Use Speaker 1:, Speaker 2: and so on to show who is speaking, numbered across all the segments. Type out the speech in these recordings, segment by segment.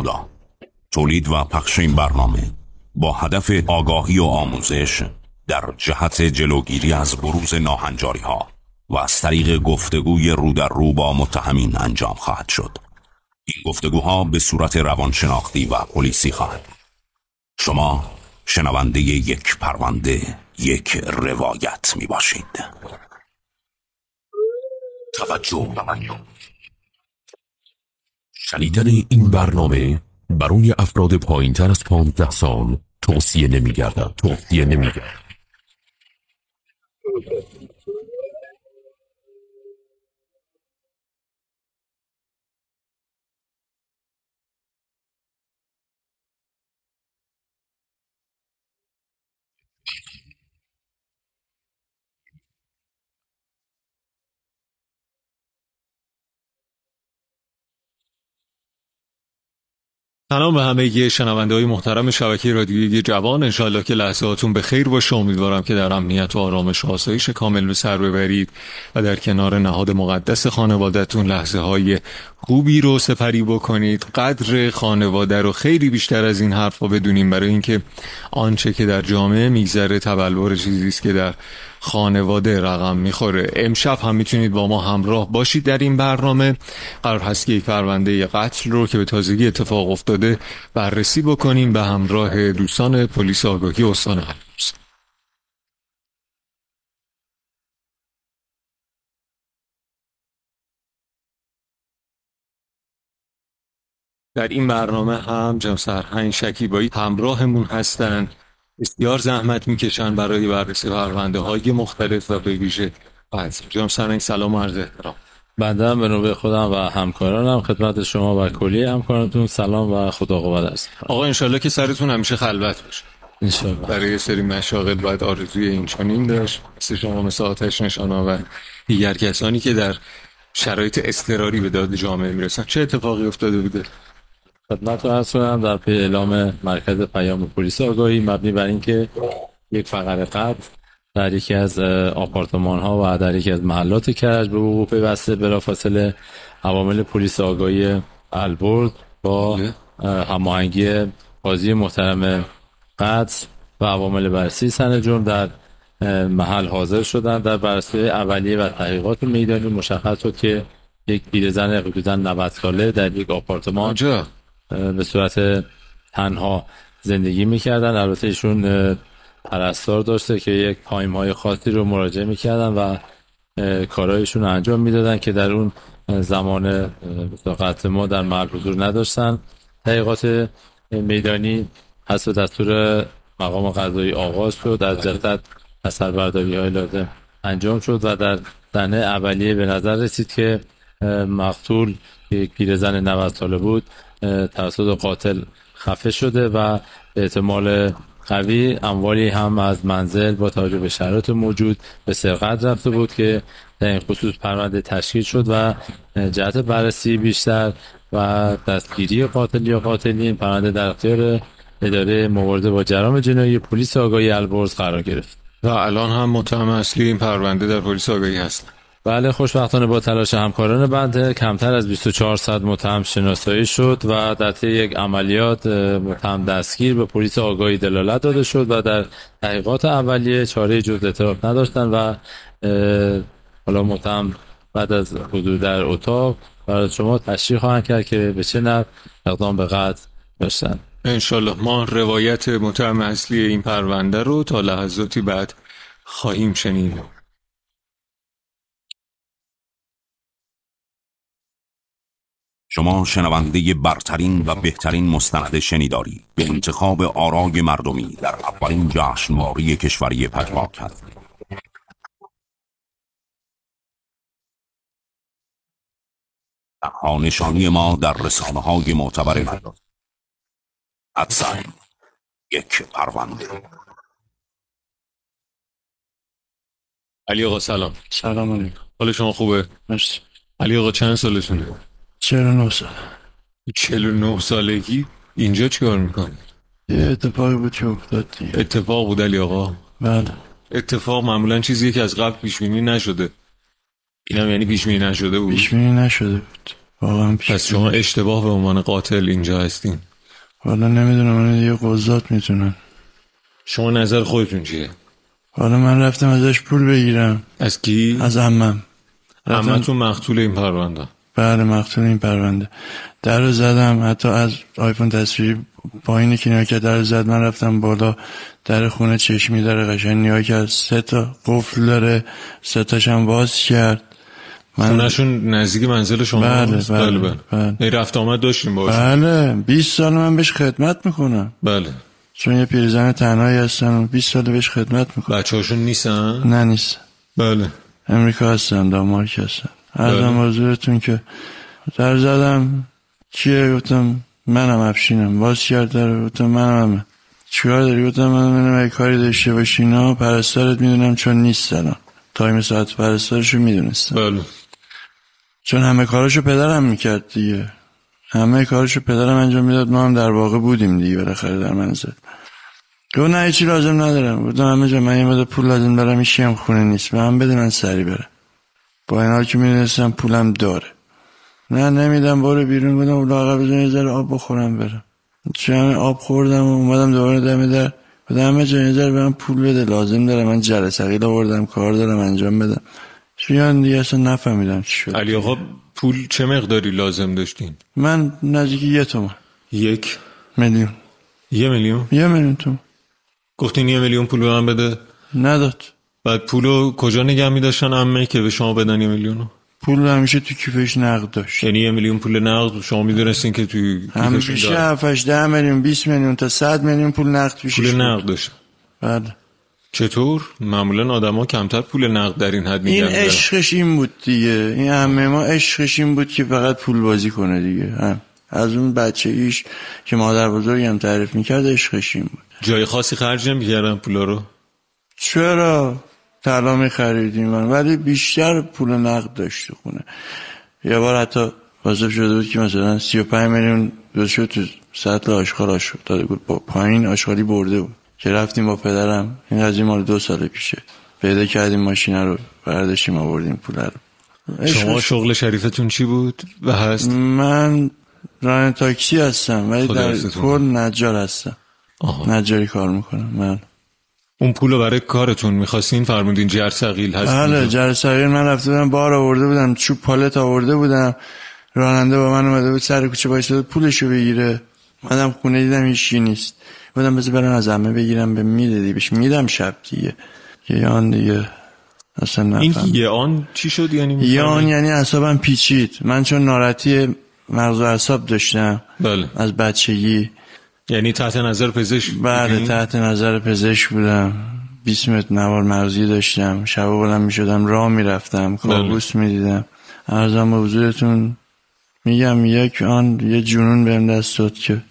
Speaker 1: خدا تولید و پخش این برنامه با هدف آگاهی و آموزش در جهت جلوگیری از بروز ناهنجاری ها و از طریق گفتگوی رو در رو با متهمین انجام خواهد شد این گفتگوها به صورت روانشناختی و پلیسی خواهد بود. شما شنونده یک پرونده یک روایت می باشید
Speaker 2: توجه شنیدن این برنامه برای افراد پایین تر از 15 سال توصیه نمی گردد توصیه نمی گردد
Speaker 3: سلام به همه شنونده های محترم شبکه رادیویی جوان انشالله که لحظه هاتون به خیر باشه امیدوارم که در امنیت و آرامش و آسایش کامل به سر ببرید و در کنار نهاد مقدس خانوادهتون لحظه های خوبی رو سپری بکنید قدر خانواده رو خیلی بیشتر از این حرف رو بدونیم برای اینکه آنچه که در جامعه میگذره تبلور چیزی است که در خانواده رقم میخوره امشب هم میتونید با ما همراه باشید در این برنامه قرار هست که یک پرونده قتل رو که به تازگی اتفاق افتاده بررسی بکنیم به همراه دوستان پلیس آگاهی استان هنوز در این برنامه هم جناب سرهنگ شکیبایی همراهمون هستند بسیار زحمت میکشن برای بررسی پرونده های مختلف و به ویژه قتل جناب سرهنگ سلام و عرض احترام
Speaker 4: بنده هم به نوبه خودم و همکارانم خدمت شما و کلی همکارانتون سلام و خدا قوت است
Speaker 3: آقا انشالله که سرتون همیشه خلوت باشه
Speaker 4: انشالله
Speaker 3: برای یه سری مشاغل باید آرزوی این چنین داشت مثل شما مثل آتش نشانا و دیگر کسانی که در شرایط اضطراری به داد جامعه میرسن چه اتفاقی افتاده بوده
Speaker 4: خدمت رو عرض کنم در پی اعلام مرکز پیام پلیس آگاهی مبنی بر اینکه یک فقره قبل در یکی از آپارتمان ها و در یکی از محلات کرج به وقوع پیوسته بلافاصله عوامل پلیس آگاهی البرد با اه، هماهنگی قاضی محترم قتل و عوامل بررسی سن جرم در اه، محل حاضر شدند در بررسی اولیه و تحقیقات میدانی مشخص شد که یک پیرزن حدودا 90 ساله در یک آپارتمان
Speaker 3: آنجا
Speaker 4: به صورت تنها زندگی میکردن البته ایشون اه، پرستار داشته که یک تایم های خاصی رو مراجعه میکردن و اه، کارهایشون رو انجام میدادن که در اون اه، زمان اه، مثلا قتل ما در محل حضور نداشتن تحقیقات اه، میدانی حسب دستور مقام قضایی آغاز شد از جلتت اثر برداری های لازم انجام شد و در صحنه اولیه به نظر رسید که اه، مقتول که یک پیرزن 90 ساله بود اه، توسط قاتل خفه شده و به احتمال قوی اموالی هم از منزل با توجه به شرایط موجود به سرقت رفته بود که در این خصوص پرونده تشکیل شد و جهت بررسی بیشتر و دستگیری قاتل یا قاتلین این پرونده در اختیار اداره مبارزه با جرام جنایی پلیس آگاهی البرز قرار گرفت
Speaker 3: و الان هم متهم اصلی این پرونده در پلیس آگاهی هستن
Speaker 4: بله خوشبختانه با تلاش همکاران بنده کمتر از 24 ساعت متهم شناسایی شد و در طی یک عملیات اه، متهم دستگیر به پلیس آگاهی دلالت داده شد و در تحقیقات اولیه چاره جز اعتراف نداشتند و اه، حالا متهم بعد از حضور در اتاق برای شما تشریح خواهند کرد که به چه نفر اقدام به قتل داشتند
Speaker 3: انشالله ما روایت متهم اصلی این پرونده رو تا لحظاتی بعد خواهیم شنید
Speaker 1: شما شنونده برترین و بهترین مستند شنیداری به انتخاب آرای مردمی در اولین جشنواره کشوری پژواک هستید تنها نشانی ما در رسانه های معتبر مردم. ادساین یک پرونده
Speaker 3: علی آقا سلام
Speaker 5: سلام علیکم
Speaker 3: حال شما خوبه
Speaker 5: مرسی
Speaker 3: علی آقا چند سالتونه
Speaker 5: چرا نه سال
Speaker 3: 49 سالگی اینجا چیکار میکنه
Speaker 5: یه اتفاقی بود که افتاد دیگه
Speaker 3: اتفاق بود علی آقا
Speaker 5: بله
Speaker 3: اتفاق معمولا چیزیه که از قبل پیش بینی نشده اینم یعنی پیش بینی نشده بود
Speaker 5: پیش بینی نشده بود واقعا پیش
Speaker 3: پس شما اشتباه به عنوان قاتل اینجا هستین
Speaker 5: حالا نمیدونم من دیگه قضات میتونن
Speaker 3: شما نظر خودتون چیه
Speaker 5: حالا من رفتم ازش پول بگیرم
Speaker 3: از کی
Speaker 5: از عمم رفتم-
Speaker 3: عمتون مقتول این پرونده
Speaker 5: بله مقتول این پرونده در رو زدم حتی از آیفون تصویری پایین که نیا کرد در رو زد من رفتم بالا در خونه چشمی داره قشنگ نیا کرد سه تا قفل داره سه تاش هم باز کرد من
Speaker 3: خونشون نزدیک منزل شما
Speaker 5: بله،
Speaker 3: هست؟
Speaker 5: بله، بله.
Speaker 3: این یعنی رفت آمد داشتیم باش
Speaker 5: بله 20 سال من بهش خدمت میکنم
Speaker 3: بله
Speaker 5: چون یه پیرزن تنهایی هستم و 20 سال بهش خدمت میکنم
Speaker 3: بچه هاشون نیستن
Speaker 5: نه نیست
Speaker 3: بله
Speaker 5: امریکا هستم دانمارک هستم
Speaker 3: بله.
Speaker 5: ارزم حضورتون که در زدم کیه گفتم منم افشینم باز کرد در گفتم منم همه چیکار داری گفتم منم منم اگه کاری داشته باشی نه پرستارت میدونم چون نیست الان تایم ساعت پرستارشو میدونستم
Speaker 3: بله
Speaker 5: چون همه کاراشو پدرم میکرد دیگه همه کاراشو پدرم انجام میداد ما هم در واقع بودیم دیگه بالاخره در منزل گفت نه هیچی لازم ندارم گفتم همه جا من یه مقدار پول لازم دارم هیچی هم خونه نیست به هم بده من سری برم با این حال که میدونستم پولم داره نه نمیدم برو بیرون گفتم اون لاغر بزن یه ذره آب بخورم برم چون آب خوردم و اومدم دوباره دم در گفتم همه جا یه ذره به من پول بده لازم دارم من جرثقیل آوردم کار دارم انجام بدم چیان دیگه اصلا نفهمیدم چی شد
Speaker 3: علی آقا پول چه مقداری لازم داشتین
Speaker 5: من نزدیک یه تومن
Speaker 3: یک
Speaker 5: میلیون
Speaker 3: یه میلیون
Speaker 5: یه میلیون تومن
Speaker 3: گفتین یه میلیون پول به من بده
Speaker 5: نداد
Speaker 3: بعد پولو کجا نگه میداشتن امه که به شما بدن یه میلیونو
Speaker 5: پول همیشه تو کیفش نقد داشت
Speaker 3: یعنی یه میلیون پول نقد شما میدونستین که توی کیفشون
Speaker 5: همیشه
Speaker 3: دارن.
Speaker 5: هفتش ده میلیون 20 میلیون تا 100 میلیون پول نقد پیشش
Speaker 3: پول
Speaker 5: بود.
Speaker 3: نقد داشتن
Speaker 5: بله
Speaker 3: چطور معمولا آدما کمتر پول نقد در این حد
Speaker 5: این
Speaker 3: میگن
Speaker 5: عشقش این بود دیگه این همه ما عشقش این بود که فقط پول بازی کنه دیگه هم. از اون بچه ایش که مادر بزرگی هم تعریف میکرد عشقش این بود
Speaker 3: جای خاصی خرج نمیکردن پولا رو
Speaker 5: چرا طلا می خریدیم من ولی بیشتر پول نقد داشت تو خونه یه بار حتی واسه شده بود که مثلا 35 میلیون دو شد تو سطل آشغال آشغال داده بود با پایین آشغالی برده بود که رفتیم با پدرم این قضیه مال دو سال پیشه پیدا کردیم ماشین رو برداشتیم آوردیم پول رو
Speaker 3: شما شغل شریفتون چی بود و هست
Speaker 5: من ران تاکسی هستم ولی
Speaker 3: خدا
Speaker 5: در
Speaker 3: حفظتون
Speaker 5: کل نجار هستم
Speaker 3: آها.
Speaker 5: نجاری کار میکنم من
Speaker 3: اون پول رو برای کارتون میخواستین فرمودین جر سقیل هست
Speaker 5: بله
Speaker 3: اینجا.
Speaker 5: جر سریر من رفته بودم بار آورده بودم چوب پالت آورده بودم راننده با من اومده بود سر کوچه باش داد پولشو بگیره منم خونه دیدم هیچی نیست بودم بذار برم از همه بگیرم به میدادی بهش میدم شب دیگه که یان دیگه اصلا
Speaker 3: این
Speaker 5: نفهم
Speaker 3: یه آن چی شد یعنی
Speaker 5: یان
Speaker 3: می‌فهمی؟
Speaker 5: یعنی اعصابم پیچید من چون ناراحتی مغز و اعصاب داشتم
Speaker 3: بله
Speaker 5: از بچگی
Speaker 3: یعنی تحت نظر پزشک
Speaker 5: بله
Speaker 3: بودین؟
Speaker 5: تحت نظر پزشک بودم 20 متر نوار مغزی داشتم شبا بلند می شدم راه می رفتم کابوس می دیدم ارزم به حضورتون میگم یک آن یه جنون بهم دست داد که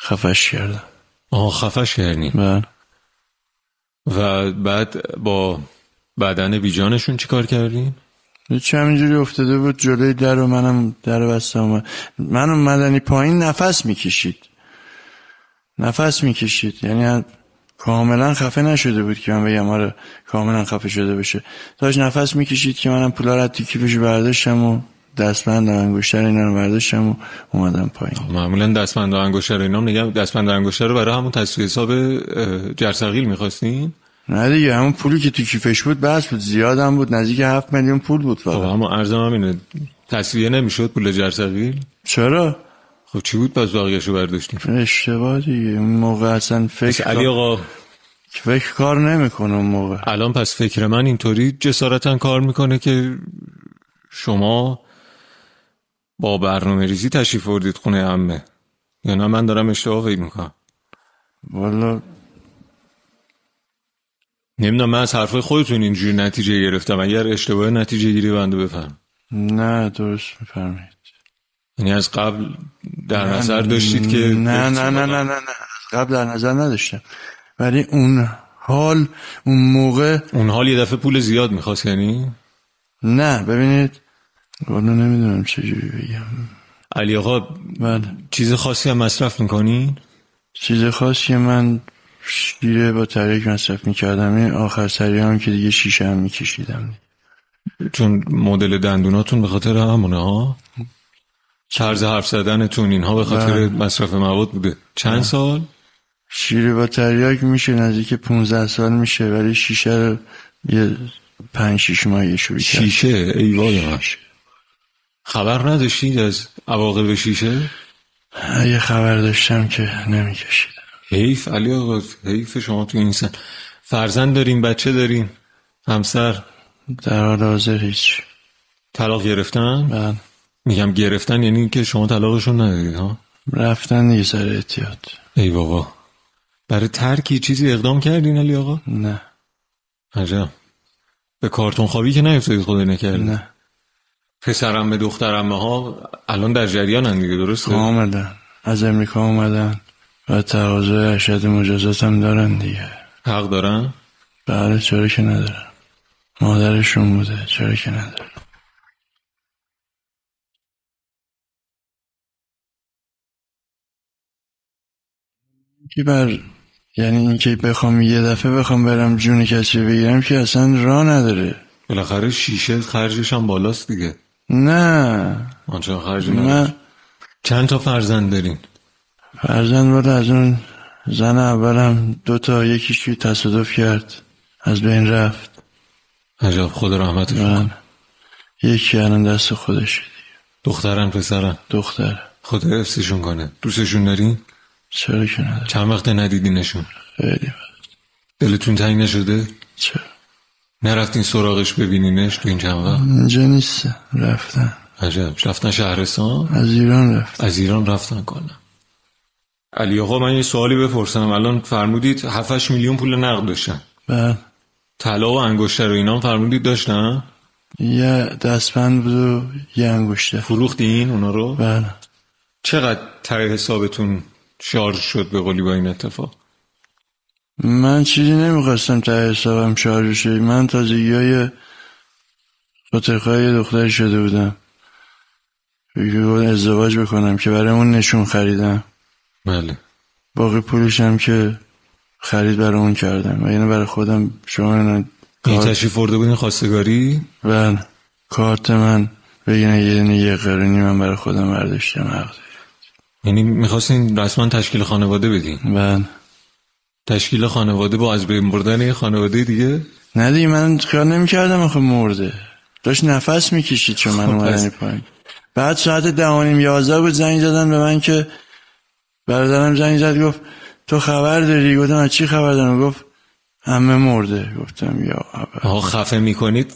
Speaker 5: خفش کردم
Speaker 3: آها خفش کردین
Speaker 5: بله
Speaker 3: و بعد با بدن بیجانشون چی کار کردین
Speaker 5: چه همینجوری افتاده بود جلوی در و منم در رو بستم اومد. من اومدنی پایین نفس میکشید نفس میکشید یعنی کاملا خفه نشده بود که من بگم آره کاملا خفه شده بشه داشت نفس میکشید که منم پولا رو از تو کیفش برداشتم و دستبند و انگشتر اینا رو برداشتم و اومدم پایین
Speaker 3: معمولا دستبند و انگشتر اینا هم نگم دستبند و انگشتر رو برای همون تصویر حساب اه، جرثقیل میخواستین
Speaker 5: نه دیگه همون پولی که تو کیفش بود بس بود زیادم بود نزدیک هفت میلیون پول بود
Speaker 3: خب
Speaker 5: فقط
Speaker 3: اما ارزم همینه تصویه نمیشد پول جرثقیل
Speaker 5: چرا
Speaker 3: خب چی بود پس بقیهشو برداشتیم خب،
Speaker 5: اشتباه دیگه اون موقع اصلا
Speaker 3: پس
Speaker 5: فکر
Speaker 3: علی آقا
Speaker 5: فکر کار نمیکنه اون موقع
Speaker 3: الان پس فکر من اینطوری جسارتا کار میکنه که شما با برنامه ریزی تشریف وردید خونه امه یا نه من دارم اشتباه فکر میکنم
Speaker 5: والا
Speaker 3: نمیدونم من از حرفای خودتون اینجوری نتیجه گرفتم اگر اشتباه نتیجه گیری بنده بفهم
Speaker 5: نه درست میفرمایید
Speaker 3: یعنی از قبل در نظر داشتید که
Speaker 5: نه نه نه نه نه نه از قبل در نظر نداشتم ولی اون حال اون موقع
Speaker 3: اون حال یه دفعه پول زیاد میخواست یعنی
Speaker 5: نه ببینید والا نمیدونم چجوری بگم
Speaker 3: علی آقا
Speaker 5: بله
Speaker 3: چیز خاصی هم مصرف میکنین
Speaker 5: چیز خاص که من شیره با تریک مصرف میکردم این آخر سری هم که دیگه شیشه هم میکشیدم
Speaker 3: چون مدل دندوناتون به خاطر همونه ها چرز حرف زدنتون اینها به خاطر
Speaker 5: بله.
Speaker 3: مصرف مواد بوده چند سال
Speaker 5: شیری با تریاک میشه نزدیک 15 سال میشه ولی شیشه رو یه پنج شیش ماهی شروع کرد
Speaker 3: شیشه ای وای من خبر نداشتید از عواقب شیشه
Speaker 5: یه خبر داشتم که نمیکشید
Speaker 3: حیف علی آقا حیف شما تو این سن فرزند داریم بچه داریم همسر
Speaker 5: در حال حاضر هیچ
Speaker 3: طلاق گرفتن
Speaker 5: بعد
Speaker 3: میگم گرفتن یعنی اینکه شما طلاقشون ندادید ها
Speaker 5: رفتن دیگه سر اعتیاد
Speaker 3: ای بابا برای ترکی چیزی اقدام کردین علی آقا
Speaker 5: نه
Speaker 3: عجب به کارتون خوابی که نیفتادید خدای نکرده
Speaker 5: نه
Speaker 3: پسرم به دخترمه ها الان در جریانن دیگه درسته
Speaker 5: آمدن از امریکا آمدن و تقاضای ارشد مجازات هم دارن دیگه
Speaker 3: حق دارن
Speaker 5: بله چرا که ندارن مادرشون بوده چرا که ندارن که بر یعنی اینکه بخوام یه دفعه بخوام برم جون کسی رو بگیرم که اصلا راه نداره
Speaker 3: بالاخره شیشه خرجش هم بالاست دیگه
Speaker 5: نه
Speaker 3: آنچه خرج نداره.
Speaker 5: من
Speaker 3: چند تا فرزند دارین
Speaker 5: فرزند بود از اون زن اولم دو تا یکیش که تصادف کرد از بین رفت
Speaker 3: عجب خدا رحمتش
Speaker 5: من
Speaker 3: کنه
Speaker 5: یکی الان دست خودش
Speaker 3: دخترم پسرم
Speaker 5: دختر
Speaker 3: خدا حفظشون کنه دوستشون دارین
Speaker 5: چرا که نداره
Speaker 3: چند وقت ندیدینشون
Speaker 5: خیلی بد.
Speaker 3: دلتون تنگ نشده
Speaker 5: چرا
Speaker 3: نرفتین سراغش ببینینش تو این چند وقت
Speaker 5: اینجا نیست رفتن
Speaker 3: عجب رفتن شهرستان
Speaker 5: از ایران رفت
Speaker 3: از ایران رفتن کنم علی آقا من یه سوالی بپرسم الان فرمودید 7 میلیون پول نقد داشتن
Speaker 5: بعد
Speaker 3: طلا و انگشتر و اینا هم فرمودید داشتن
Speaker 5: یه دستبند بود و یه انگشته
Speaker 3: فروختین اونا رو
Speaker 5: بله
Speaker 3: چقدر ته حسابتون شارژ شد به قولی با این اتفاق
Speaker 5: من چیزی نمیخواستم تا حسابم شارژ شه من تازگی های خاطرخواهی دختر شده بودم که گفت ازدواج بکنم که برای اون نشون خریدم
Speaker 3: بله
Speaker 5: باقی پولش هم که خرید برای اون کردم و یعنی برای خودم شما اینا
Speaker 3: این
Speaker 5: کارت-
Speaker 3: تشریف برده بودین خواستگاری
Speaker 5: و کارت من بگیرن یه دونه یه قرونی من برای خودم برداشتم حق
Speaker 3: یعنی میخواستین رسما تشکیل خانواده بدین
Speaker 5: و
Speaker 3: تشکیل خانواده با از بین بردن یه خانواده دیگه
Speaker 5: نه دیگه من کار نمی کردم آخه مرده داشت نفس میکشید چون من
Speaker 3: خب،
Speaker 5: اومدن
Speaker 3: پس-
Speaker 5: این پایین بعد ساعت ده و نیم یازده بود زنگ زدن به من که برادرم زنگ زد گفت تو خبر داری گفتم از چی خبر دارم گفت همه مرده گفتم یا اول
Speaker 3: آها خفه میکنید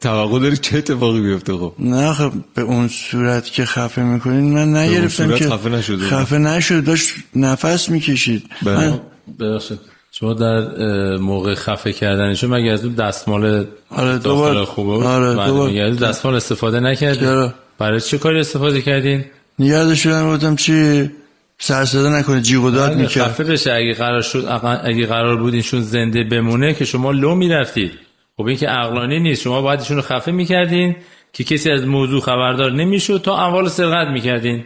Speaker 3: توقع دارید چه اتفاقی بیفته خب
Speaker 5: نه خب به اون صورت که خفه میکنین من نگرفتم
Speaker 3: صورت
Speaker 5: که
Speaker 3: خفه نشده.
Speaker 5: خفه نشد داشت نفس میکشید
Speaker 3: بله.
Speaker 5: من
Speaker 4: ببخشید شما در اه، موقع خفه کردنشون مگه از اون دستمال
Speaker 5: آره،
Speaker 4: داخل
Speaker 5: دوبار-
Speaker 4: خوبه بود؟
Speaker 5: آره،
Speaker 4: بله،
Speaker 5: دوبار.
Speaker 4: مگه از اون دستمال استفاده نکردین
Speaker 5: چرا؟
Speaker 4: برای چه کاری استفاده کردین
Speaker 5: نگرده شدم گفتم چی سرسده نکنه جیغ و داد
Speaker 4: اگه
Speaker 5: میکرد
Speaker 4: بله، خفه بشه اگه قرار شد اقا- اگه قرار بود اینشون زنده بمونه که شما لو میرفتید خب این که عقلانی نیست شما باید ایشون رو خفه میکردین که کسی از موضوع خبردار نمیشد تا اموال سرقت میکردین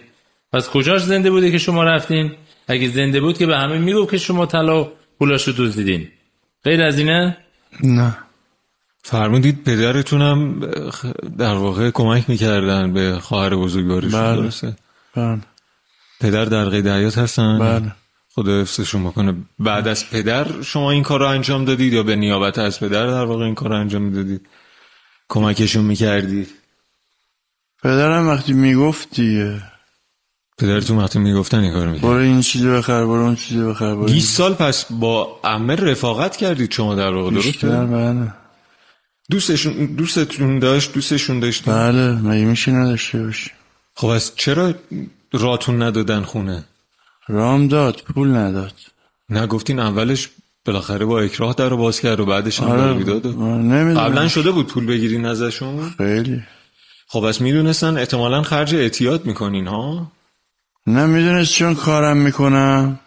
Speaker 4: پس کجاش زنده بوده که شما رفتین اگه زنده بود که به همه میگفت که شما طلا و پولاشو دزدیدین غیر از اینه
Speaker 5: نه
Speaker 3: فرمودید پدرتونم خ- در واقع کمک میکردن به خواهر بزرگوارشون
Speaker 5: بله.
Speaker 3: درسته
Speaker 5: بله
Speaker 3: پدر در قید حیات هستن
Speaker 5: بله.
Speaker 3: خدا حفظشون بکنه بعد از پدر شما این کار رو انجام دادید یا به نیابت از پدر در واقع این کار رو انجام میدادید کمکشون میکردید
Speaker 5: پدرم وقتی میگفت دیگه
Speaker 3: پدرتون وقتی میگفتن این کار میکرد
Speaker 5: برو این چیزی بخر برو اون چیزی بخر برو
Speaker 3: 20 سال پس با عمه رفاقت کردید شما در واقع
Speaker 5: بیشتر
Speaker 3: درسته
Speaker 5: بله
Speaker 3: دوستشون دوستتون داشت دوستشون داشت
Speaker 5: بله مگه میشه نداشته باشی
Speaker 3: خب از چرا راتون ندادن خونه
Speaker 5: رام داد پول نداد
Speaker 3: نه گفتین اولش بالاخره با اکراه در رو باز کرد و بعدش هم
Speaker 5: آره
Speaker 3: آره. داد و-
Speaker 5: نمیدونم
Speaker 3: قبلا شده بود پول بگیرین ازشون
Speaker 5: خیلی
Speaker 3: خب پس میدونستن احتمالا خرج اعتیاد میکنین ها
Speaker 5: نه میدونست چون کارم میکنم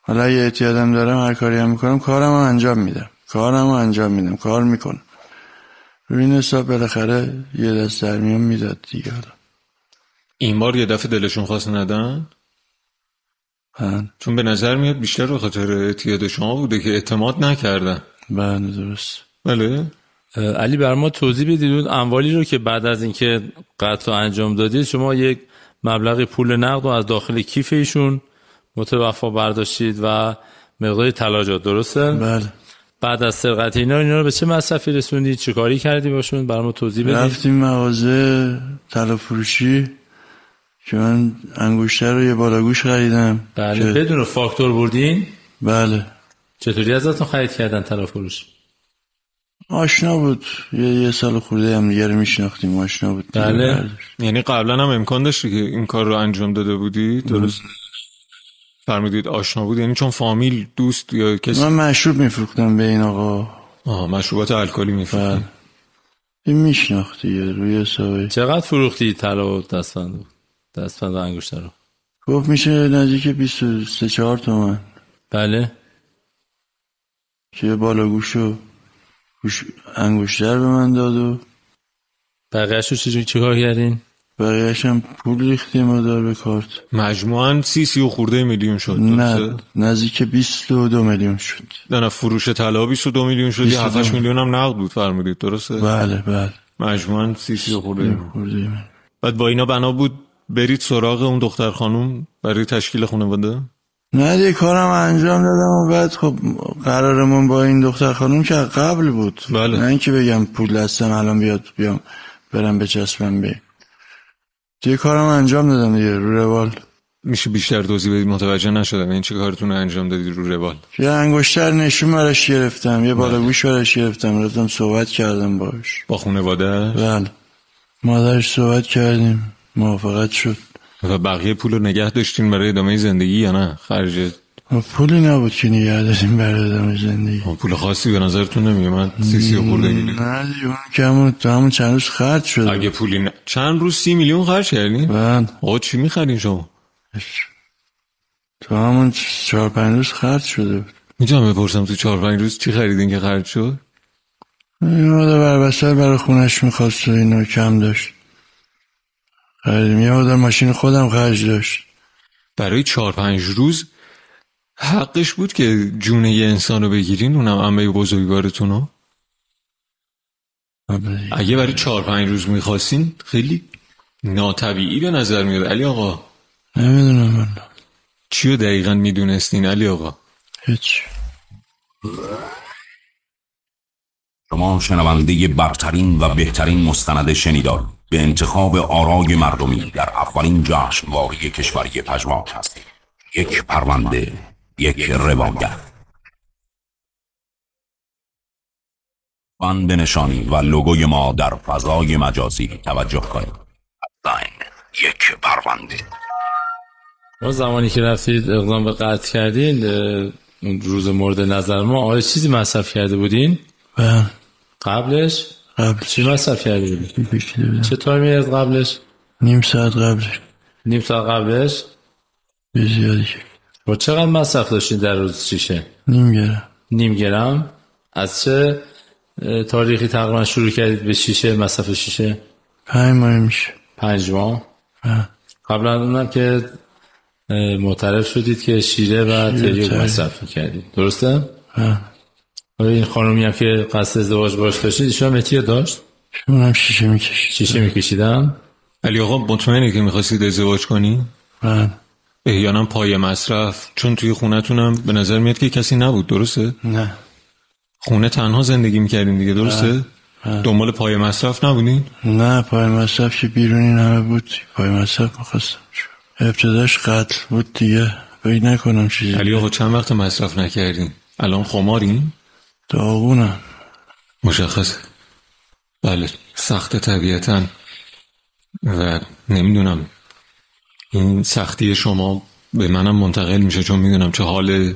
Speaker 5: حالا یه اعتیادم دارم هر کاری هم میکنم کارم رو انجام میدم کارم رو انجام میدم کار میکنم روی این حساب بالاخره یه دست در میون میداد دیگه حالا.
Speaker 3: این بار یه دفعه دلشون خواست ندن
Speaker 5: بله
Speaker 3: چون به نظر میاد بیشتر به خاطر اعتیاد شما بوده که اعتماد نکردن
Speaker 5: بله درست
Speaker 3: بله
Speaker 4: اه، علی بر ما توضیح بدید اون اموالی رو که بعد از اینکه قتل رو انجام دادید شما یک مبلغ پول نقد رو از داخل کیف ایشون متوفا برداشتید و مقداری طلا جا درسته
Speaker 5: بله
Speaker 4: بعد از سرقت اینا اینا رو به چه مصرفی رسوندید چه کاری کردی باشون برام توضیح بدید
Speaker 5: رفتیم مغازه طلا فروشی که من انگشتر رو یه بالاگوش خریدم
Speaker 4: بله
Speaker 5: که-
Speaker 4: بدون فاکتور بردین
Speaker 5: بله
Speaker 4: چطوری ازتون خرید کردن طلا فروش
Speaker 5: آشنا بود یه, یه سال خورده هم دیگه رو میشناختیم آشنا بود دیگه.
Speaker 4: بله.
Speaker 3: یعنی قبلا هم امکان داشتی که این کار رو انجام داده بودی درست فرمودید آشنا بود یعنی چون فامیل دوست یا کسی
Speaker 5: من مشروب میفروختم به این آقا
Speaker 3: آها مشروبات الکلی میفروختن
Speaker 5: بله. این میشناخت دیگه روی حسابی
Speaker 4: چقدر فروختی طلا و دستبند رو؟ دستبند و انگشتر رو
Speaker 5: گفت میشه نزدیک 23 4 تومن
Speaker 4: بله
Speaker 5: که بالاگوش و گوش- انگشتر به من داد و
Speaker 4: بقیهش رو چجوری چیکار کردین
Speaker 5: بقیهش هم پول ریختیم و دار به کارت
Speaker 3: مجموعاً سی سی و خورده میلیون شد
Speaker 5: نه
Speaker 3: درسته؟
Speaker 5: نزدیک 22 میلیون شد
Speaker 3: نه نه فروش طلا 22 میلیون شد یا 7 میلیون هم نقد بود فرمودید درسته
Speaker 5: بله بله
Speaker 3: مجموعاً سی سی و خورده میلیون.
Speaker 5: خورده من.
Speaker 3: بعد با اینا بنا بود برید سراغ اون دختر خانم برای تشکیل خانواده
Speaker 5: نه دیگه کارم انجام دادم و بعد خب قرارمون با این دختر خانم که قبل بود
Speaker 3: بله.
Speaker 5: نه اینکه بگم پول دستم الان بیاد بیام برم بچسبم به دیگه کارم انجام دادم دیگه رو روال
Speaker 3: میشه بیشتر توضیح بدید متوجه نشدم این چه کارتون رو انجام دادید رو روال
Speaker 5: یه انگشتر نشون براش گرفتم یه بالاگوش براش گرفتم رفتم صحبت کردم باش
Speaker 3: با خانواده
Speaker 5: بله مادرش صحبت کردیم موافقت شد
Speaker 3: و بقیه پول رو نگه داشتین برای ادامه زندگی یا نه خرج
Speaker 5: و پولی نبود که نگه داریم برای ادامه زندگی
Speaker 3: خب، پول خاصی به نظرتون نمیومد سی سی و خورده میلیون
Speaker 5: نه دیگه اون که همون تو همون چند روز خرج شد
Speaker 3: اگه پولی نه چند روز سی میلیون خرج کردین
Speaker 5: بله
Speaker 3: آقا چی میخرین شما
Speaker 5: تو همون چهار پنج روز خرج شده بود
Speaker 3: میتونم بپرسم تو چهار پنج روز چی خریدین که خرج شد
Speaker 5: یه مادر بربستر برای خونش میخواست و اینا کم داشت خریدیم یه مادر ماشین خودم خرج داشت
Speaker 3: برای چهار پنج روز حقش بود که جون یه انسان رو بگیرین اونم امه بزرگوارتون رو اگه برای چهار پنج روز میخواستین خیلی ناطبیعی به نظر میاد علی آقا
Speaker 5: نمیدونم من
Speaker 3: چی رو دقیقا میدونستین علی آقا
Speaker 5: هیچ
Speaker 1: شما شنونده برترین و بهترین مستند شنیدار به انتخاب آرای مردمی در اولین جشنواری کشوری پژواک هستید یک پرونده یک روایت بند نشانی و لوگوی ما در فضای مجازی توجه کنید هدلاین، یک پرونده
Speaker 4: ما زمانی که رفتید اقدام به قطع کردین اه، اون روز مورد نظر ما آیا چیزی مصرف کرده بودین
Speaker 5: و
Speaker 4: قبلش
Speaker 5: بله. قبل
Speaker 4: چی مصرف کرده بودین
Speaker 5: چی کشیده بودم
Speaker 4: چه تایمی از قبلش
Speaker 5: نیم ساعت قبل
Speaker 4: نیم ساعت قبلش
Speaker 5: به زیادی شد
Speaker 4: و چقدر مصرف داشتین در روز شیشه
Speaker 5: نیم گرم
Speaker 4: نیم گرم از چه اه، تاریخی تقریبا شروع کردید به شیشه مصرف شیشه
Speaker 5: پنج ماه میشه
Speaker 4: پنج ماه قبلا اونم که اه، معترف شدید که شیره و تریاک
Speaker 5: تریاک.
Speaker 4: مصرف میکردید درسته؟
Speaker 5: بله.
Speaker 4: آیا این خانومی هم که قصد ازدواج باش داشتید ایشون هم اتیا داشت
Speaker 5: اونم شیشه میکشید
Speaker 4: شیشه میکشیدن
Speaker 3: علی آقا مطمئنه که میخواستید ازدواج کنی؟
Speaker 5: و
Speaker 3: احیانا پای مصرف چون توی خونتونم به نظر میاد که کسی نبود درسته؟
Speaker 5: نه
Speaker 3: خونه تنها زندگی میکردین دیگه درسته؟ دنبال پای مصرف نبودین؟
Speaker 5: نه پای مصرف که بیرونی نمه بود پای مصرف میخواستم ابتداش قتل بود دیگه فکر نکنم چیزی
Speaker 3: علی آقا چند وقت مصرف نکردین؟ الان خمارین؟
Speaker 5: داغونم
Speaker 3: مشخصه بله سخت طبیعتا و نمیدونم این سختی شما به منم منتقل میشه چون میدونم چه حال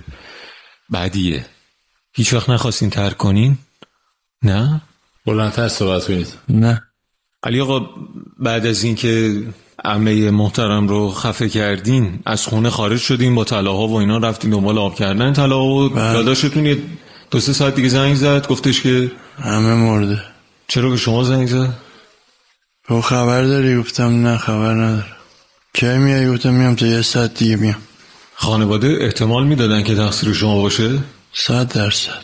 Speaker 3: بدیه هیچ وقت نخواستین ترک کنین؟ نه؟
Speaker 4: بلندتر صحبت کنید
Speaker 5: نه
Speaker 3: علی آقا بعد از اینکه عمه محترم رو خفه کردین از خونه خارج شدین با طلاها و اینا رفتین دنبال آب کردن طلاها و داداشتون یه دو سه ساعت دیگه زنگ زد گفتش که
Speaker 5: همه مرده
Speaker 3: چرا به شما زنگ زد
Speaker 5: تو خبر داری گفتم نه خبر ندارم کی میای گفتم میام تا یه ساعت دیگه میام
Speaker 3: خانواده احتمال میدادن که تقصیر شما باشه
Speaker 5: صد درصد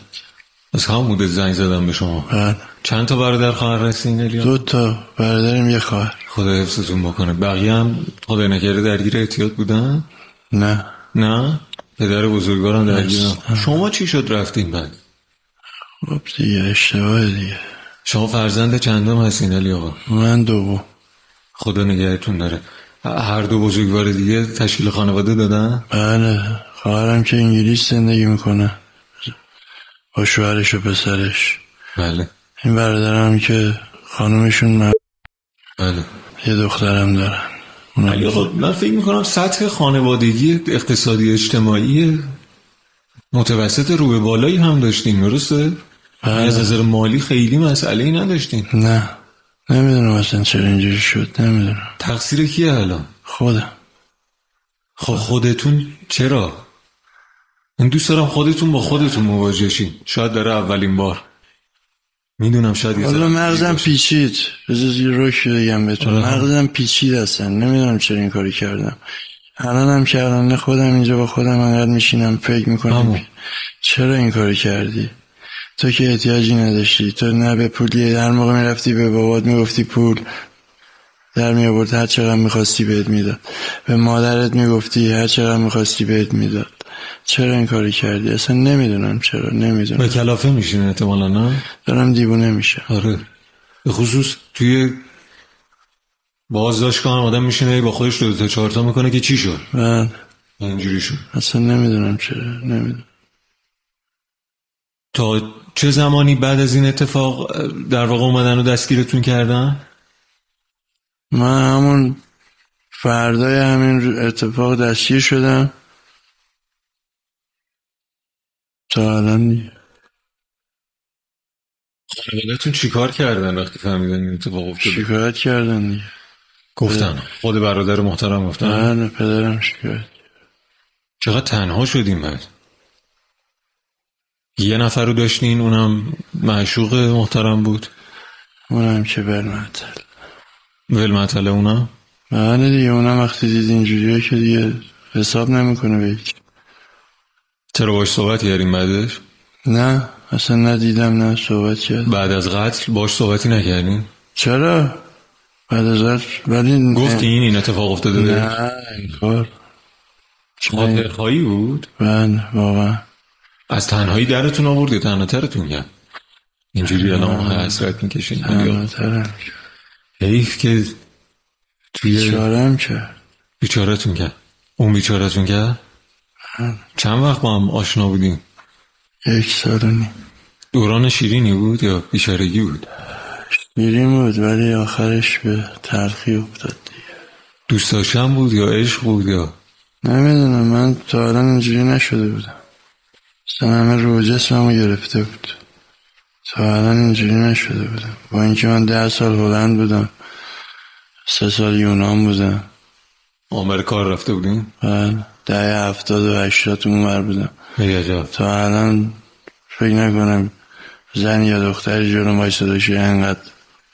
Speaker 3: از همون مدت زنگ زدم به شما
Speaker 5: بله
Speaker 3: چند تا برادر خواهر رسین الیا
Speaker 5: دو تا برادرم یه خواهر
Speaker 3: خدا حفظتون بکنه بقیه هم خدا نکرده درگیر اعتیاد بودن
Speaker 5: نه
Speaker 3: نه پدر بزرگوارم درگیرم شما چی شد رفتین بعد
Speaker 5: خب دیگه اشتباه دیگه
Speaker 3: شما فرزند چندم هستین علی آقا
Speaker 5: من دوم
Speaker 3: خدا نگهتون داره هر دو بزرگوار دیگه تشکیل خانواده دادن
Speaker 5: بله خواهرم که انگلیس زندگی میکنه با شوهرش و پسرش
Speaker 3: بله
Speaker 5: این برادرم که خانومشون من
Speaker 3: بله
Speaker 5: یه دخترم دارم اونم
Speaker 3: علی آقا من فکر میکنم سطح خانوادگی اقتصادی اجتماعی متوسط رو به بالایی هم داشتین درسته؟
Speaker 5: بله.
Speaker 3: از نظر مالی خیلی مسئله ای نداشتین
Speaker 5: نه نمیدونم اصلا چرا اینجوری شد نمیدونم
Speaker 3: تقصیر کیه الان؟
Speaker 5: خودم
Speaker 3: خب خودتون چرا؟ من دوست دارم خودتون با خودتون مواجه شین شاید داره اولین بار میدونم شاید یه
Speaker 5: حالا
Speaker 3: ذره
Speaker 5: مغزم
Speaker 3: باشه.
Speaker 5: پیچید بذار یه روش بگم بهتون مغزم پیچید اصلا نمیدونم چرا این کاری کردم الانم که الان خودم اینجا با خودم انقدر میشینم فکر
Speaker 3: همون.
Speaker 5: میکنم چرا این کاری کردی تو که احتیاجی نداشتی تو نه به پولی هر موقع میرفتی به بابات میگفتی پول در می آورد هر چقدر میخواستی بهت میداد به مادرت میگفتی هر چقدر میخواستی بهت میداد چرا این کاری کردی اصلا نمیدونم چرا نمیدونم
Speaker 3: به کلافه میشین احتمالا نه؟
Speaker 5: دارم دیوونه میشم
Speaker 3: آره به خصوص توی بازداشت کنم آدم میشینه هی با خودش دو تا چهار تا میکنه که چی شد
Speaker 5: من
Speaker 3: اینجوری شد
Speaker 5: اصلا نمیدونم چرا نمیدونم
Speaker 3: تا چه زمانی بعد از این اتفاق اه، در واقع اومدن و دستگیرتون کردن
Speaker 5: من همون فردای همین رو- اتفاق دستگیر شدم تا الان دیگه.
Speaker 3: خانوادهتون چیکار کردن وقتی فهمیدن این اتفاق افتاده
Speaker 5: شکایت کردن دیگه
Speaker 3: گفتن خود برادر محترم گفتن
Speaker 5: بله پدرم شکایت
Speaker 3: چقدر تنها شدیم بعد یه نفر رو داشتین اونم معشوق محترم بود
Speaker 5: اونم که برمتل
Speaker 3: ولمطل اونم
Speaker 5: بله دیگه اونم وقتی دید اینجوریه که دیگه حساب نمیکنه به هیچ
Speaker 3: چرا باش صحبت کردیم بعدش
Speaker 5: نه اصلا ندیدم نه صحبت کرد
Speaker 3: بعد از قتل باش صحبتی نکردین
Speaker 5: چرا بعد از عصر؟ ولی
Speaker 3: گفتی این این اتفاق افتاده بره
Speaker 5: نه این کار
Speaker 3: خاطرخواهی بود
Speaker 5: بله واقعا
Speaker 3: از تنهایی درتون آورد یا تنها ترتون کرد اینجوری الان حسرت میکشین
Speaker 5: تنهاترم
Speaker 3: آره. حیف که توی
Speaker 5: چارم کرد
Speaker 3: بیچارتون کرد اون بیچارتون کرد چند وقت با هم آشنا بودیم
Speaker 5: یک سال و نیم
Speaker 3: دوران شیرینی بود یا بیچارگی بود
Speaker 5: میریم بود ولی آخرش به تلخی افتاد دیگه
Speaker 3: دوست داشتن بود یا عشق بود یا
Speaker 5: نمیدونم من تا الان اینجوری نشده بودم اصلا همه رو جسممو گرفته بود تا الان اینجوری نشده بودم با اینکه من ده سال هلند بودم سه سال یونان بودم
Speaker 3: آمر کار رفته بودیم
Speaker 5: و ده هفتاد و هشتاد اونور بودم
Speaker 3: ای عجب
Speaker 5: تا الان فکر نکنم زن یا دختری جلو وایساده باشه انقدر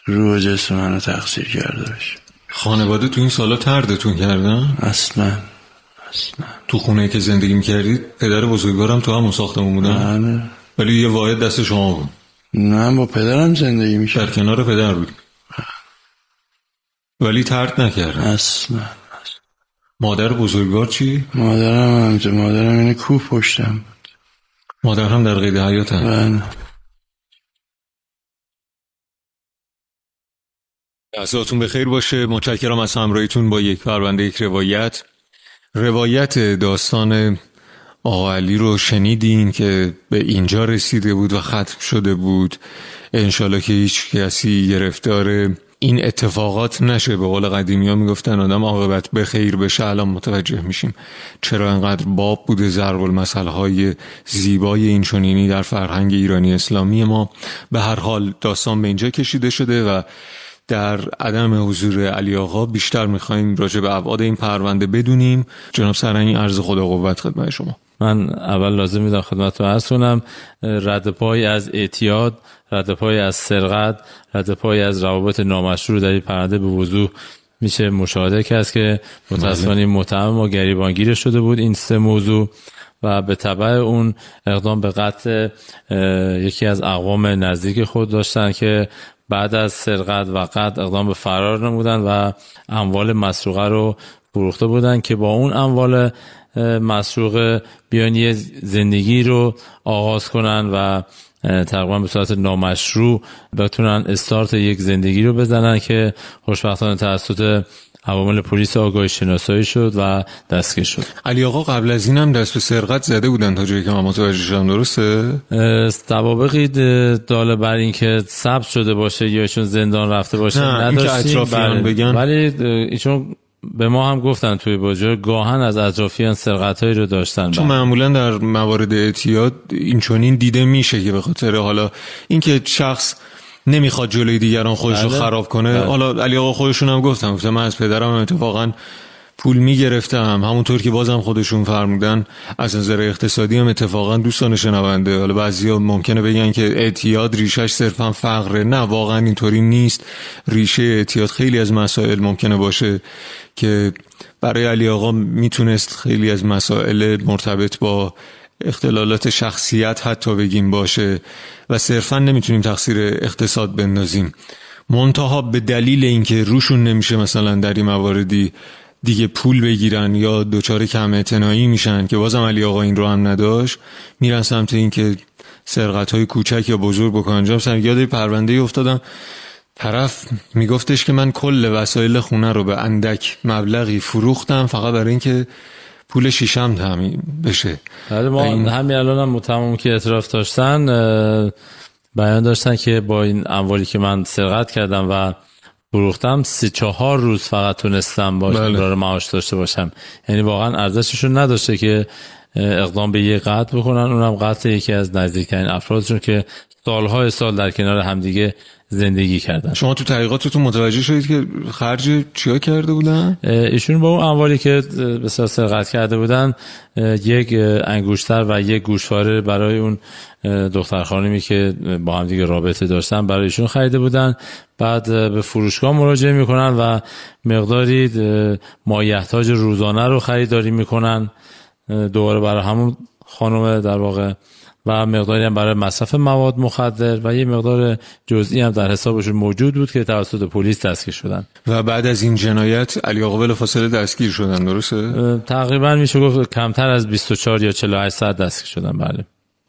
Speaker 5: روح و جسم منو تقصیر کرده باشه
Speaker 3: خانواده تو این سالا تردتون کردن
Speaker 5: اصلا اصلا
Speaker 3: تو خونه که زندگی میکردید پدر بزرگوارم تو همون ساختمون بودن
Speaker 5: بله
Speaker 3: ولی یه واحد دست شما بود
Speaker 5: من با پدرم زندگی
Speaker 3: در
Speaker 5: میکرد
Speaker 3: کنار پدر بود ولی ترد نکردن
Speaker 5: اصلا
Speaker 3: مادر بزرگوار چی؟
Speaker 5: مادرم همجا مادرم اینه کوه پشتم بود
Speaker 3: مادر هم در قید حیات هم
Speaker 5: بله
Speaker 3: به بخیر باشه متشکرم از همراهیتون با یک پرونده یک روایت روایت داستان آقا علی رو شنیدین که به اینجا رسیده بود و ختم شده بود انشالله که هیچ کسی گرفتار این اتفاقات نشه به قول قدیمی ها میگفتن آدم عاقبت به خیر بشه الان متوجه میشیم چرا انقدر باب بوده ضرب المثل های زیبای این چنینی در فرهنگ ایرانی اسلامی ما به هر حال داستان به اینجا کشیده شده و در عدم حضور علی آقا بیشتر میخوایم راجع به ابعاد این پرونده بدونیم جناب سرنگ عرض خدا قوت خدمت شما
Speaker 4: من اول لازم میدم خدمت رو عرض کنم رد پای از اعتیاد رد پای از سرقت رد پای از روابط نامشروع در این پرنده به وضوح میشه مشاهده کرد که متاسفانه این متهم ما گریبانگیر شده بود این سه موضوع و به طبع اون اقدام به قتل اه، یکی از اقوام نزدیک خود داشتن که بعد از سرقت و قتل اقدام به فرار نمودن و اموال مسروقه رو فروخته بودن که با اون اموال اه، مسروقه بیان یه زندگی رو آغاز کنن و اه، تقریبا به صورت نامشروع بتونن استارت یک زندگی رو بزنن که خوشبختانه توسط عوامل پلیس آگاهی شناسایی شد و دستگیر شد
Speaker 3: علی آقا قبل از اینم دست به سرقت زده بودن تا جایی که من متوجه شدم درسته
Speaker 4: اه، سوابقی د- داله بر اینکه ثبت شده باشه یا ایشون زندان رفته باشه
Speaker 3: نه، اینکه
Speaker 4: نداشتیم بله.
Speaker 3: اطرافیان بگن.
Speaker 4: ولی اه، ایشون به ما هم گفتن توی باجه گاهن از اطرافیان سرقتهایی رو داشتن
Speaker 3: چون معمولا در موارد اعتیاد این چنین دیده میشه که به خاطر حالا اینکه شخص نمیخواد جلوی دیگران خودش رو
Speaker 4: بله.
Speaker 3: خراب کنه حالا علی آقا خودشون هم گفتم گفتم من از پدرم اتفاقا پول میگرفتم همونطور که بازم خودشون فرمودن از نظر اقتصادی هم اتفاقا دوستان شنونده حالا بعضیا ممکنه بگن که اعتیاد ریشش صرفا فقره نه واقعا اینطوری نیست ریشه اعتیاد خیلی از مسائل ممکنه باشه که برای علی آقا میتونست خیلی از مسائل مرتبط با اختلالات شخصیت حتی بگیم باشه و صرفا نمیتونیم تقصیر اقتصاد بندازیم منتها به دلیل اینکه روشون نمیشه مثلا در این مواردی دیگه پول بگیرن یا دچار کم اعتنایی میشن که بازم علی آقا این رو هم نداشت میرن سمت اینکه سرقت های کوچک یا بزرگ بکنن انجام سن یاد یه پرونده ای افتادم طرف میگفتش که من کل وسایل خونه رو به اندک مبلغی فروختم فقط برای اینکه پول شیشم تامین بشه
Speaker 4: بله ما
Speaker 3: این-
Speaker 4: همین الان هم تمام که اعتراف داشتن اه، بیان داشتن که با این اموالی که من سرقت کردم و فروختم سه چهار روز فقط تونستم با
Speaker 3: بله.
Speaker 4: استمرار معاش داشته باشم یعنی واقعا ارزششون نداشته که اه، اقدام به یه قتل بکنن اونم قتل یکی از نزدیکترین افرادشون که سالهای سال در کنار همدیگه زندگی کردن
Speaker 3: شما تو تحقیقاتتون متوجه شدید که خرج چیا کرده بودن؟
Speaker 4: اه، ایشون با اون اموالی که اه، به صورت سرقت کرده بودن اه، یک اه، انگشتر و یک گوشواره برای اون اه، دختر خانمی که اه، با هم دیگه رابطه داشتن برای ایشون خریده بودن بعد اه، به فروشگاه مراجعه میکنن و مقداری اه، مایحتاج روزانه رو خریداری میکنن اه، دوباره برای همون خانم در واقع و مقداری هم برای مصرف مواد مخدر و یه مقدار جزئی هم در حسابشون موجود بود که توسط پلیس دستگیر شدن
Speaker 3: و بعد از این جنایت علی آقا فاصله دستگیر شدن درسته؟
Speaker 4: تقریبا میشه گفت کمتر از 24 یا 48 ساعت دستگیر شدن بله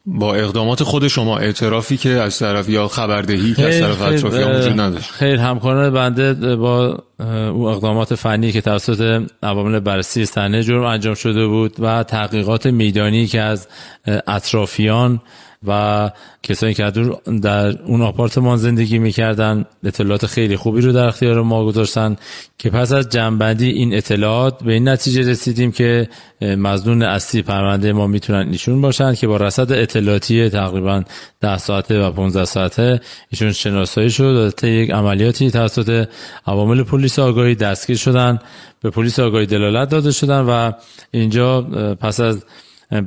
Speaker 3: با اقدامات خود شما اعترافی که از طرف یا خبردهی که از طرف
Speaker 4: خیر،
Speaker 3: اطرافیان
Speaker 4: اه،
Speaker 3: وجود نداشت
Speaker 4: خیر همکاران بنده با اه، او اقدامات فنی که توسط عوامل بررسی صحنه جرم انجام شده بود و تحقیقات میدانی که از اه، اطرافیان و کسانی که در- در اون آپارتمان زندگی میکردن اطلاعات خیلی خوبی رو در اختیار ما گذاشتن که پس از جنبندی این اطلاعات به این نتیجه رسیدیم که اه، مزنون اصلی پرونده ما میتونن ایشون باشن که با رصد اطلاعاتی تقریبا 10 ساعته و 15 ساعته ایشون شناسایی شد و طی یک عملیاتی توسط عوامل پلیس آگاهی دستگیر شدن به پلیس آگاهی دلالت داده شدن و اینجا اه، پس از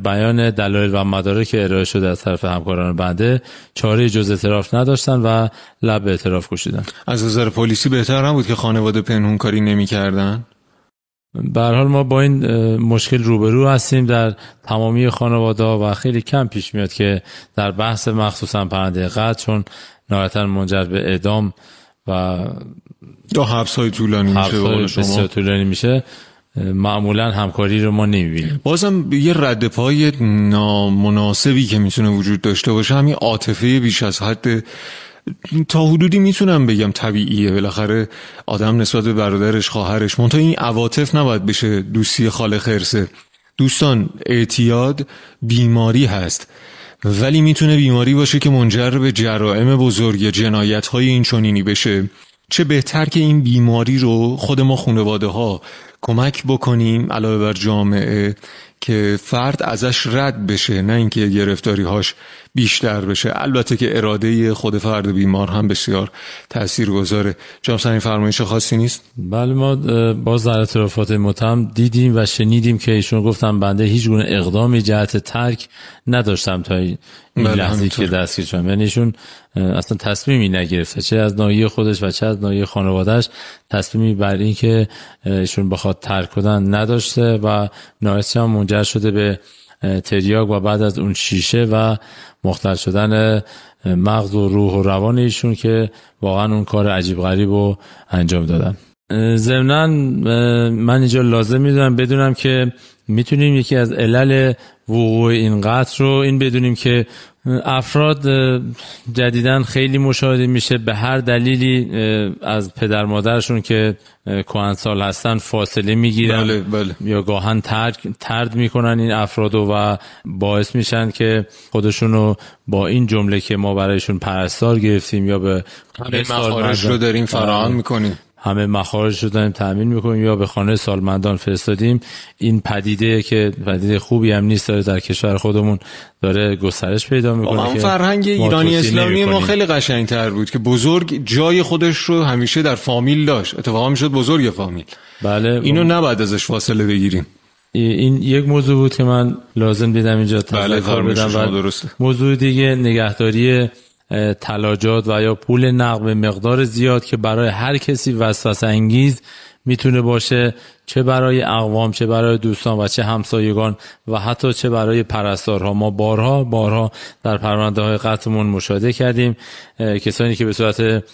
Speaker 4: بیان دلایل و مدارک که ارائه شده از طرف همکاران بنده چاره جز اعتراف نداشتن و لب به اعتراف کشیدن
Speaker 3: از نظر پلیسی بهتر نبود که خانواده پنهونکاری نمیکردن
Speaker 4: به هر حال ما با این اه، مشکل روبرو هستیم در تمامی خانواده و خیلی کم پیش میاد که در بحث مخصوصا پرنده قتل چون نهایتا منجر به اعدام و
Speaker 3: یا حبس های طولانی میشه به قول
Speaker 4: حبس
Speaker 3: شما.
Speaker 4: بسیار طولانی میشه اه، معمولا همکاری رو ما نمیبینیم
Speaker 3: بازم یه رد پای نامناسبی که میتونه وجود داشته باشه همین عاطفه بیش از حد تا حدودی میتونم بگم طبیعیه بالاخره آدم نسبت به برادرش خواهرش منتها این عواطف نباید بشه دوستی خاله خرسه دوستان اعتیاد بیماری هست ولی میتونه بیماری باشه که منجر به جرائم بزرگ یا جنایت های این چنینی بشه چه بهتر که این بیماری رو خود ما خانواده ها کمک بکنیم علاوه بر جامعه که فرد ازش رد بشه نه اینکه گرفتاری هاش بیشتر بشه البته که اراده خود فرد بیمار هم بسیار تأثیر گذاره جناب سنی فرمایش خاصی نیست
Speaker 4: بله ما اه، باز در اطرافات متهم دیدیم و شنیدیم که ایشون گفتن بنده هیچ گونه اقدامی جهت ترک نداشتم تا این این
Speaker 3: بله،
Speaker 4: لحظه
Speaker 3: همینطور.
Speaker 4: که دستگیر شدم یعنی ایشون اه، اصلا تصمیمی نگرفته چه از ناحیه خودش و چه از ناحیه خانوادهش تصمیمی بر این که اه، ایشون بخواد ترک کردن نداشته و نهایتاً هم منجر شده به تریاک و بعد از اون شیشه و مختل شدن مغز و روح و روان ایشون که واقعا اون کار عجیب غریب رو انجام دادن ضمنا من اینجا لازم میدونم بدونم که میتونیم یکی از علل وقوع این قتل رو این بدونیم که افراد جدیدا خیلی مشاهده میشه به هر دلیلی از پدر مادرشون که کهنسال هستن فاصله میگیرن
Speaker 3: بله، بله.
Speaker 4: یا گاهن ترد, ترد میکنن این افراد رو و باعث میشن که خودشون رو با این جمله که ما برایشون پرستار گرفتیم یا به آره.
Speaker 3: همین مخارج رو داریم فراهم میکنیم
Speaker 4: همه مخارج رو داریم تامین میکنیم یا به خانه سالمندان فرستادیم این پدیده که پدیده خوبی هم نیست داره در کشور خودمون داره گسترش پیدا میکنه
Speaker 3: آن فرهنگ ایرانی اسلامی ما خیلی قشنگتر بود که بزرگ جای خودش رو همیشه در فامیل داشت اتفاقا میشد بزرگ فامیل
Speaker 4: بله
Speaker 3: اینو نباید ازش فاصله بگیریم
Speaker 4: این یک موضوع بود که من لازم دیدم اینجا
Speaker 3: بله،
Speaker 4: تذکر
Speaker 3: فرمایش
Speaker 4: بدم
Speaker 3: شما
Speaker 4: و
Speaker 3: درسته.
Speaker 4: موضوع دیگه نگهداری اه، تلاجات و یا پول نقد به مقدار زیاد که برای هر کسی وسوسه انگیز میتونه باشه چه برای اقوام چه برای دوستان و چه همسایگان و حتی چه برای پرستارها ما بارها بارها در پرونده های قتلمون مشاهده کردیم اه، کسانی که به صورت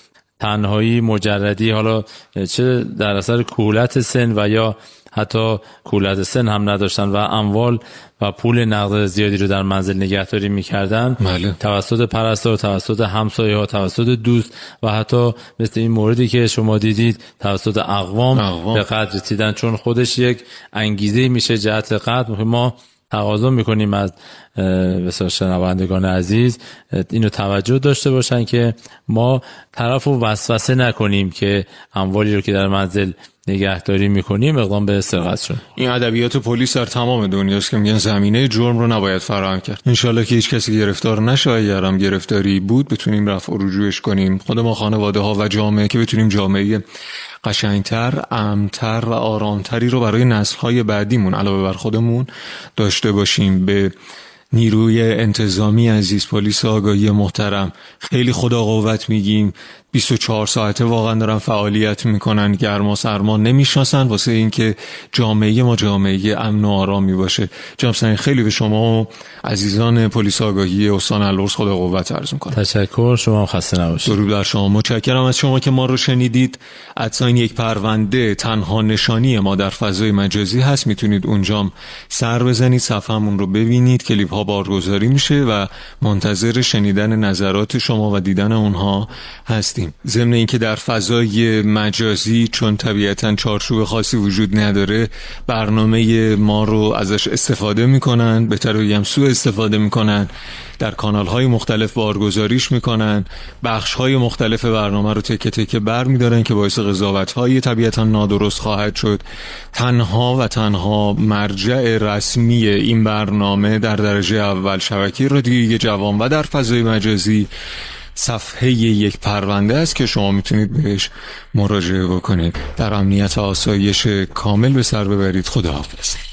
Speaker 4: تنهایی مجردی حالا چه در اثر کولت سن و یا حتی کولت سن هم نداشتن و اموال و پول نقد زیادی رو در منزل نگهداری میکردن
Speaker 3: بله.
Speaker 4: توسط پرستار توسط همسایه ها توسط دوست و حتی مثل این موردی که شما دیدید توسط اقوام,
Speaker 3: اقوام.
Speaker 4: به قدر رسیدن چون خودش یک انگیزه میشه جهت قدر ما تقاضا میکنیم از اه، بسیار شنوندگان عزیز اه، اینو توجه داشته باشن که ما طرف رو وسوسه نکنیم که اموالی رو که در منزل نگهداری میکنیم اقدام به سرقت شد
Speaker 3: این ادبیات پلیس در تمام دنیاست که میگن زمینه جرم رو نباید فراهم کرد انشالله که هیچ کسی گرفتار نشه اگرم گرفتاری بود بتونیم رفع و رجوعش کنیم خود ما خانواده ها و جامعه که بتونیم جامعه قشنگتر امتر و آرامتری رو برای نسل های بعدیمون علاوه بر خودمون داشته باشیم به نیروی انتظامی عزیز پلیس آگاهی محترم خیلی خدا قوت میگیم 24 ساعته واقعا دارن فعالیت میکنن گرما سرما نمیشناسن واسه اینکه جامعه ما جامعه امن و آرامی باشه جناب سنگ خیلی به شما و عزیزان پلیس آگاهی استان الورز خدا قوت عرض میکنم
Speaker 4: تشکر شما هم خسته نباشید
Speaker 3: درود بر شما متشکرم از شما که ما رو شنیدید ادساین یک پرونده تنها نشانی ما در فضای مجازی هست میتونید اونجام سر بزنید صفحمون رو ببینید کلیپ ها بارگذاری میشه و منتظر شنیدن نظرات شما و دیدن اونها هستیم ضمن اینکه در فضای مجازی چون طبیعتا چارچوب خاصی وجود نداره برنامه ما رو ازش استفاده میکنن بهتر بگم سوء استفاده میکنن در کانال های مختلف بارگزاریش میکنن بخش های مختلف برنامه رو تکه تکه بر میدارن که باعث قضاوت های طبیعتا نادرست خواهد شد تنها و تنها مرجع رسمی این برنامه در درجه اول شبکه رادیویی جوان و در فضای مجازی صفحه یک پرونده است که شما میتونید بهش مراجعه بکنید در امنیت و آسایش کامل به سر ببرید خداحافظ